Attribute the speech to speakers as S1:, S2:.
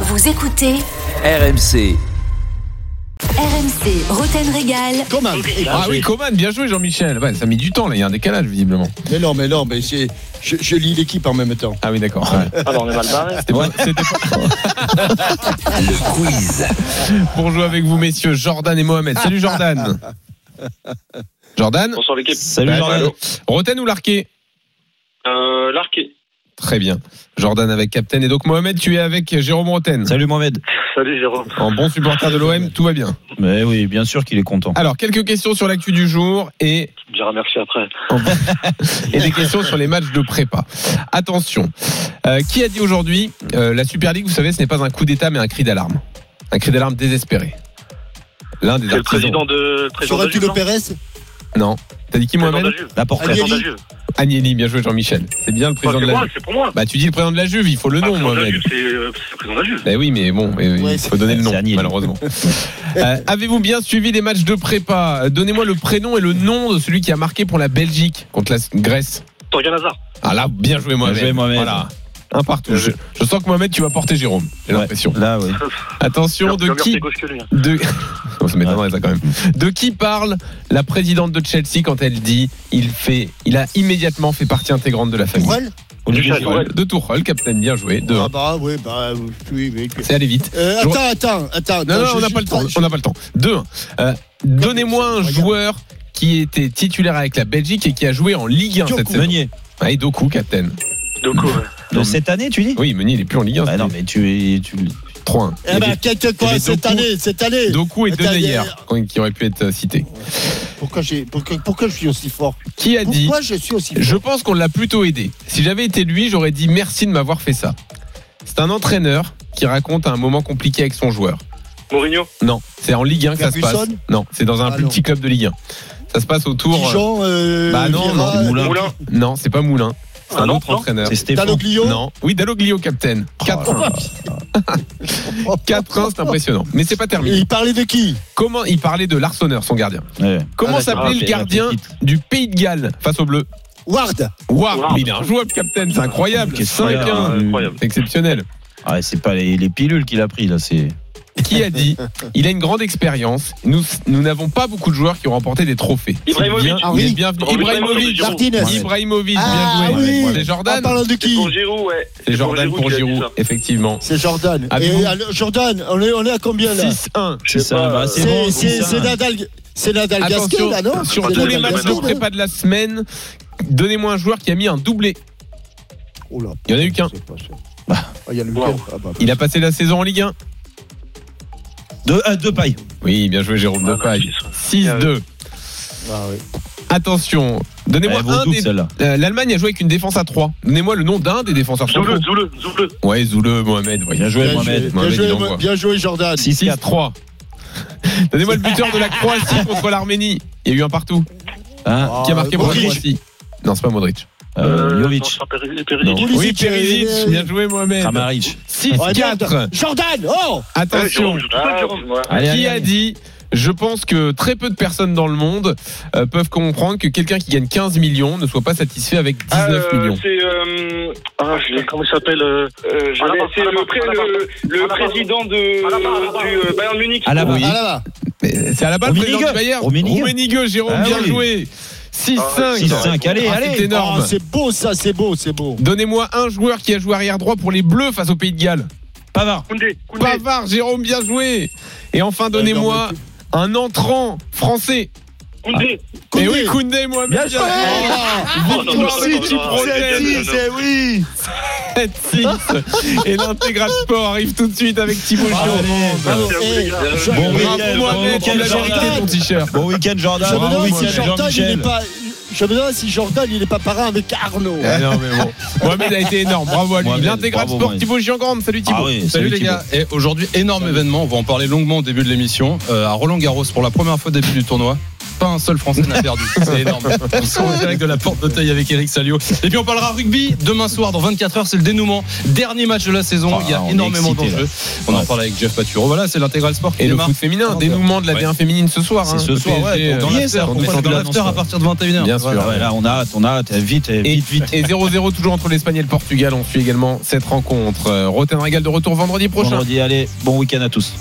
S1: Vous écoutez
S2: RMC.
S1: RMC Roten Régal.
S3: Coman. Et
S4: Ah oui, Coman, bien joué Jean-Michel. Ouais, ça a mis du temps là, il y a un décalage visiblement.
S3: Mais non, mais non, mais c'est. Je, je lis l'équipe en même temps.
S4: Ah oui, d'accord. Ouais.
S5: Ah bah on est mal barré.
S4: C'était pas- c'était
S2: Le quiz.
S4: pas pour jouer avec vous messieurs, Jordan et Mohamed. Salut Jordan. Jordan
S5: Bonsoir l'équipe.
S4: Salut Jordan. Roten ou Larquet
S5: Euh, Larqué.
S4: Très bien. Jordan avec Captain et donc Mohamed, tu es avec Jérôme Roten.
S6: Salut Mohamed.
S5: Salut Jérôme.
S4: En bon supporter de l'OM, tout va bien.
S6: Mais Eh oui, bien sûr qu'il est content.
S4: Alors, quelques questions sur l'actu du jour et
S5: Je remercie après.
S4: et des questions sur les matchs de prépa. Attention, Euh, qui a dit aujourd'hui euh, la Super League Vous savez, ce n'est pas un coup d'État, mais un cri d'alarme, un cri d'alarme désespéré. L'un des
S5: C'est le
S4: artisans.
S5: président de hein. le président
S3: Sauras-tu
S5: de
S3: le
S5: la Juve,
S3: Pérez
S4: Non, t'as dit qui
S5: non
S4: Mohamed
S5: Président de la Juve.
S6: La portée.
S3: Agnelli.
S5: Président de la Juve.
S4: Agnelli. Bien joué, Jean-Michel. C'est bien le
S5: Pas
S4: président
S5: que
S4: de la
S5: moi,
S4: Juve.
S5: c'est pour moi.
S4: Bah, tu dis le président de la Juve, il faut le
S5: Pas
S4: nom,
S5: président de la
S4: Mohamed.
S5: Juve, c'est euh, c'est le président de la Juve.
S4: Ben oui, mais bon, euh,
S3: Ouais,
S4: il faut
S3: c'est-
S4: donner le nom,
S6: c'est Agnelli.
S4: malheureusement. Euh, Avez-vous bien suivi les matchs de prépa Euh, Donnez-moi le prénom et le nom de celui qui a marqué pour la Belgique contre la Grèce.
S5: Torgan Hazard.
S4: Ah là, bien joué, Mohamed.
S6: joué, Mohamed.
S4: Voilà. Un partout. Je, je sens que Mohamed, tu vas porter Jérôme. J'ai
S6: Ouais,
S4: l'impression.
S6: Là, oui.
S4: Attention, de
S5: Jérôme,
S4: qui
S5: c'est gauche que lui, hein.
S4: de... Oh, ça m'étonnerait, ça, quand même. De qui parle la présidente de Chelsea quand elle dit il fait, il a immédiatement fait partie intégrante de la famille.
S3: Tourelle
S4: Olivier
S5: Tuchel,
S4: Tourelle.
S5: ouais.
S4: De Tourelle, capitaine, bien joué. De...
S3: Ah bah oui, bah oui, mais.
S4: C'est allé vite.
S3: Euh,
S4: Je-
S3: attends, attends, attends.
S4: Non, non,
S3: attends,
S4: on
S3: je-
S4: n'a pas le temps.
S3: je-
S4: On n'a pas le temps. Deux. euh, Donnez-moi un
S3: Regarde.
S4: joueur qui était titulaire avec la Belgique et qui a joué en Ligue 1 cette
S3: Djokovic.
S4: saison.
S6: Meunier.
S4: Ah, et Doku, capitaine.
S5: Doku, ouais.
S4: Non,
S6: De cette année, tu dis
S4: Oui, Meunier, il est plus en Ligue 1.
S6: Bah non, mais tu. tu...
S4: 3
S3: Eh ben, quelqu'un
S4: il y avait
S3: quoi, cette
S4: Doku.
S3: année, cette année
S4: Doku et
S3: Attends,
S4: Denayer,
S3: il y a-
S4: quand- qui auraient pu être euh, cités.
S3: pourquoi, j'ai- pourquoi, pourquoi je suis aussi fort
S4: Qui a dit
S3: Pourquoi je suis aussi fort
S4: Je pense qu'on l'a plutôt aidé. Si j'avais été lui, j'aurais dit merci de m'avoir fait ça. C'est un entraîneur qui raconte un moment compliqué avec son joueur.
S5: Mourinho.
S4: Non, c'est en Ligue 1 que ça se passe.
S3: Ferguson
S4: Non, c'est dans un
S3: Ah
S4: plus
S3: non.
S4: petit club de Ligue 1. Ça se passe autour. euh,
S3: Dijon, euh,
S4: Bah non,
S3: Vieira,
S4: non,
S3: euh,
S6: Moulin.
S5: Moulin.
S4: Non, c'est pas Moulin. C'est
S5: Ah
S4: un
S5: non,
S4: autre
S5: non.
S4: entraîneur.
S6: C'est Stéphane.
S3: Daloglio
S4: Non, oui, Daloglio, captain. 4-1. 4-1, c'est impressionnant. Mais c'est pas terminé.
S3: Oh, Il parlait de qui
S4: Comment il parlait de Larsonneur, son gardien
S6: Ouais.
S4: Comment
S3: Ah,
S4: s'appelait le gardien du Pays de Galles face aux Bleus
S3: Ward
S4: Waouh,
S5: Waouh.
S4: mais il est injouable, captain, c'est incroyable.
S6: Qu'est-ce qu'il y a
S4: 5-1.
S5: euh, Incroyable.
S4: Exceptionnel.
S6: Ah, c'est pas les, les pilules qu'il a pris, là. C'est.
S4: Qui a dit Il a une grande expérience. Nous nous n'avons pas beaucoup de joueurs qui ont remporté des trophées. Il est
S5: Ibrahimovic.
S4: bien-
S3: Ah
S4: Il est
S3: oui.
S4: bienvenu.
S5: Oh,
S4: Ibrahimovic.
S5: Giroud.
S3: Martinez
S4: Ibrahimovic,
S3: Ah
S4: bien joué.
S3: oui.
S4: C'est
S3: En
S4: Jordan.
S3: parlant de
S5: C'est
S3: qui
S5: pour Giroud, ouais.
S4: C'est Jordan pour
S5: qui a dit
S4: Giroud,
S5: ça.
S4: effectivement.
S3: C'est Jordan.
S4: Avez-vous-
S3: Et, alors, Jordan, on est, on est à combien là
S4: 6-1.
S5: Je sais
S6: C'est ça,
S5: pas,
S6: bah,
S5: euh,
S6: c'est
S3: C'est
S6: bon,
S3: c'est- c'est
S6: c'est ça.
S3: Nadal, c'est Nadal Gasquet
S4: Attention,
S3: là, non
S4: sur
S3: C'est
S4: tous les
S3: Nadal
S4: matchs de
S3: Gasquet, là
S4: prépa de la semaine, donnez-moi un joueur qui a mis un doublé.
S3: Oh là,
S4: Il y en a eu qu'un.
S3: je sais pas, je sais pas. Ah, il y en a eu
S5: Wow.
S3: qu'un. Ah, bah,
S4: Il a passé la saison en Ligue 1.
S6: Deux, ah, deux pailles.
S4: Oui, bien joué Jérôme
S5: Ah,
S4: Depaille.
S5: bah,
S4: 6-2.
S3: ah, ouais.
S4: Attention, donnez-moi
S6: Elle vaut
S4: un
S6: double,
S4: des...
S6: celle-là.
S4: Euh, L'Allemagne a joué avec une défense à 3. Donnez-moi le nom d'un des défenseurs
S5: Zoule,
S4: centraux.
S5: Zoule, Zoule.
S4: Ouais, Zoule, Mohamed. ouais.
S6: Bien joué,
S3: Bien
S6: Mohamed.
S3: joué, bien
S4: Mohamed,
S3: joué,
S4: il envoie.
S3: bien joué, Jordan.
S4: 6-3.
S6: 6-4.
S4: Donnez-moi le buteur de la Croatie contre l'Arménie. Il y a eu un partout.
S6: Hein
S4: Qui a marqué
S3: Ah,
S4: pour la
S3: Modric.
S4: Croatie Non, c'est pas Modric.
S6: euh,
S5: non,
S6: Jovic.
S5: c'est pas Péri- Périsic.
S3: Non.
S4: Oui,
S3: Pulisic, Oh,
S4: Perisic.
S3: euh,
S4: Bien joué, Mohamed.
S6: Kramaric.
S3: Ouais, merde.
S4: 6-4.
S3: Jordan, oh
S5: Ouais,
S4: Attention.
S5: Ah, Jérôme, je joue tout seul, Jérôme.
S6: Allez,
S4: qui
S6: allez,
S4: a
S6: allez.
S4: dit je pense que très peu de personnes dans le monde euh, peuvent comprendre que quelqu'un qui gagne 15 millions ne soit pas satisfait avec 19
S7: Ah, euh,
S4: millions.
S7: C'est euh,
S5: Ah, je l'ai- comment il s'appelle euh,
S7: euh, je
S5: À la
S7: l'ai-
S5: barre,
S7: c'est
S5: à la
S7: le,
S5: barre,
S7: pré-
S5: à la
S7: le, le
S5: À la barre.
S7: président de,
S5: À la barre, à la barre.
S7: du euh, Bayern Munich.
S6: À la barre.
S4: Oui.
S3: Ah, là, là.
S4: Mais C'est à la balle le
S6: Rummenigge.
S4: président du Bayern.
S6: Rummenigge.
S4: Roménigueux, Jérôme,
S6: Ah
S4: bien
S6: oui.
S4: joué. 6-5.
S5: Ah,
S6: 6-5. Allez,
S4: Ah, C'est
S6: allez.
S4: énorme.
S3: Oh, c'est beau ça, c'est beau, c'est beau.
S4: Donnez-moi un joueur qui a joué arrière droit pour les Bleus face au Pays de Galles.
S6: Pavard.
S7: Koundé, Koundé.
S4: Pavard, Jérôme, bien joué. Et enfin, donnez-moi un entrant français.
S7: Koundé.
S5: Ah,
S4: Et
S3: Koundé.
S4: Eh oui, Koundé, moi, bien joué.
S5: Oh, non, non, non,
S4: Victoire
S5: non,
S4: du
S5: non, non,
S4: Projet.
S5: non, non, non.
S4: 7-6. Et l'intégral sport arrive tout de suite avec Thibaut
S6: Ah,
S3: Bravo.
S4: Giroud.
S3: Bravo. Eh,
S5: Bravo.
S3: je-
S6: Bon,
S4: Bravo, Mohamed,
S6: Michel,
S4: tu
S6: bon
S4: l'as
S6: week-end,
S4: mérité
S3: Jordan.
S4: ton t-shirt.
S6: Bon week-end,
S3: je
S6: Jordan.
S3: me
S6: Bon
S3: demande si
S6: week-end,
S3: Jordan il est
S6: Jean-Michel.
S3: pas. Je me demande si Jordan il n'est pas parrain avec Arnaud.
S4: Eh non, mais bon. Mohamed a été énorme, bravo à lui.
S6: Mohamed,
S4: L'intégral
S6: bravo,
S4: sport
S6: Mohamed.
S4: Thibaut Giangrande, salut Thibaut.
S6: Ah oui,
S8: Salut,
S6: salut
S8: les
S6: Thibaut.
S8: gars. Et aujourd'hui, énorme événement. On va en parler longuement au début de l'émission. Euh, à Roland Garros, pour la première fois au début du tournoi,
S2: Pas un seul Français n'a perdu. C'est énorme. On se retrouve en direct de la porte d'Auteuil avec Eric Salio. Et puis on parlera rugby demain soir dans 24 heures. C'est le dénouement. Dernier match de la saison.
S6: Ah,
S2: Il y a
S6: on est
S2: énormément
S6: excité,
S2: d'enjeux. On en
S6: Ouais.
S2: parle avec Jeff Paturo. Voilà, c'est l'intégral sport qui
S4: Et le
S2: démarre.
S4: foot féminin, dénouement de la
S2: Ouais.
S4: D1 féminine ce soir.
S6: C'est
S4: hein.
S6: ce
S4: Le
S6: soir,
S4: PSG,
S6: ouais,
S4: euh,
S2: Dans
S6: Yes,
S2: l'after,
S6: alors,
S2: on
S6: on
S2: passe
S6: passe
S2: dans
S6: dans
S2: l'after à partir de 21h.
S4: Bien
S6: Ouais,
S4: sûr.
S6: ouais, là, on a hâte, on a hâte. Vite, eh,
S4: Et,
S6: vite, vite.
S4: et 0-0 toujours entre l'Espagne et le Portugal. On suit également cette rencontre. Euh, Roten Régal de retour vendredi prochain.
S6: Vendredi, allez, bon week-end à tous.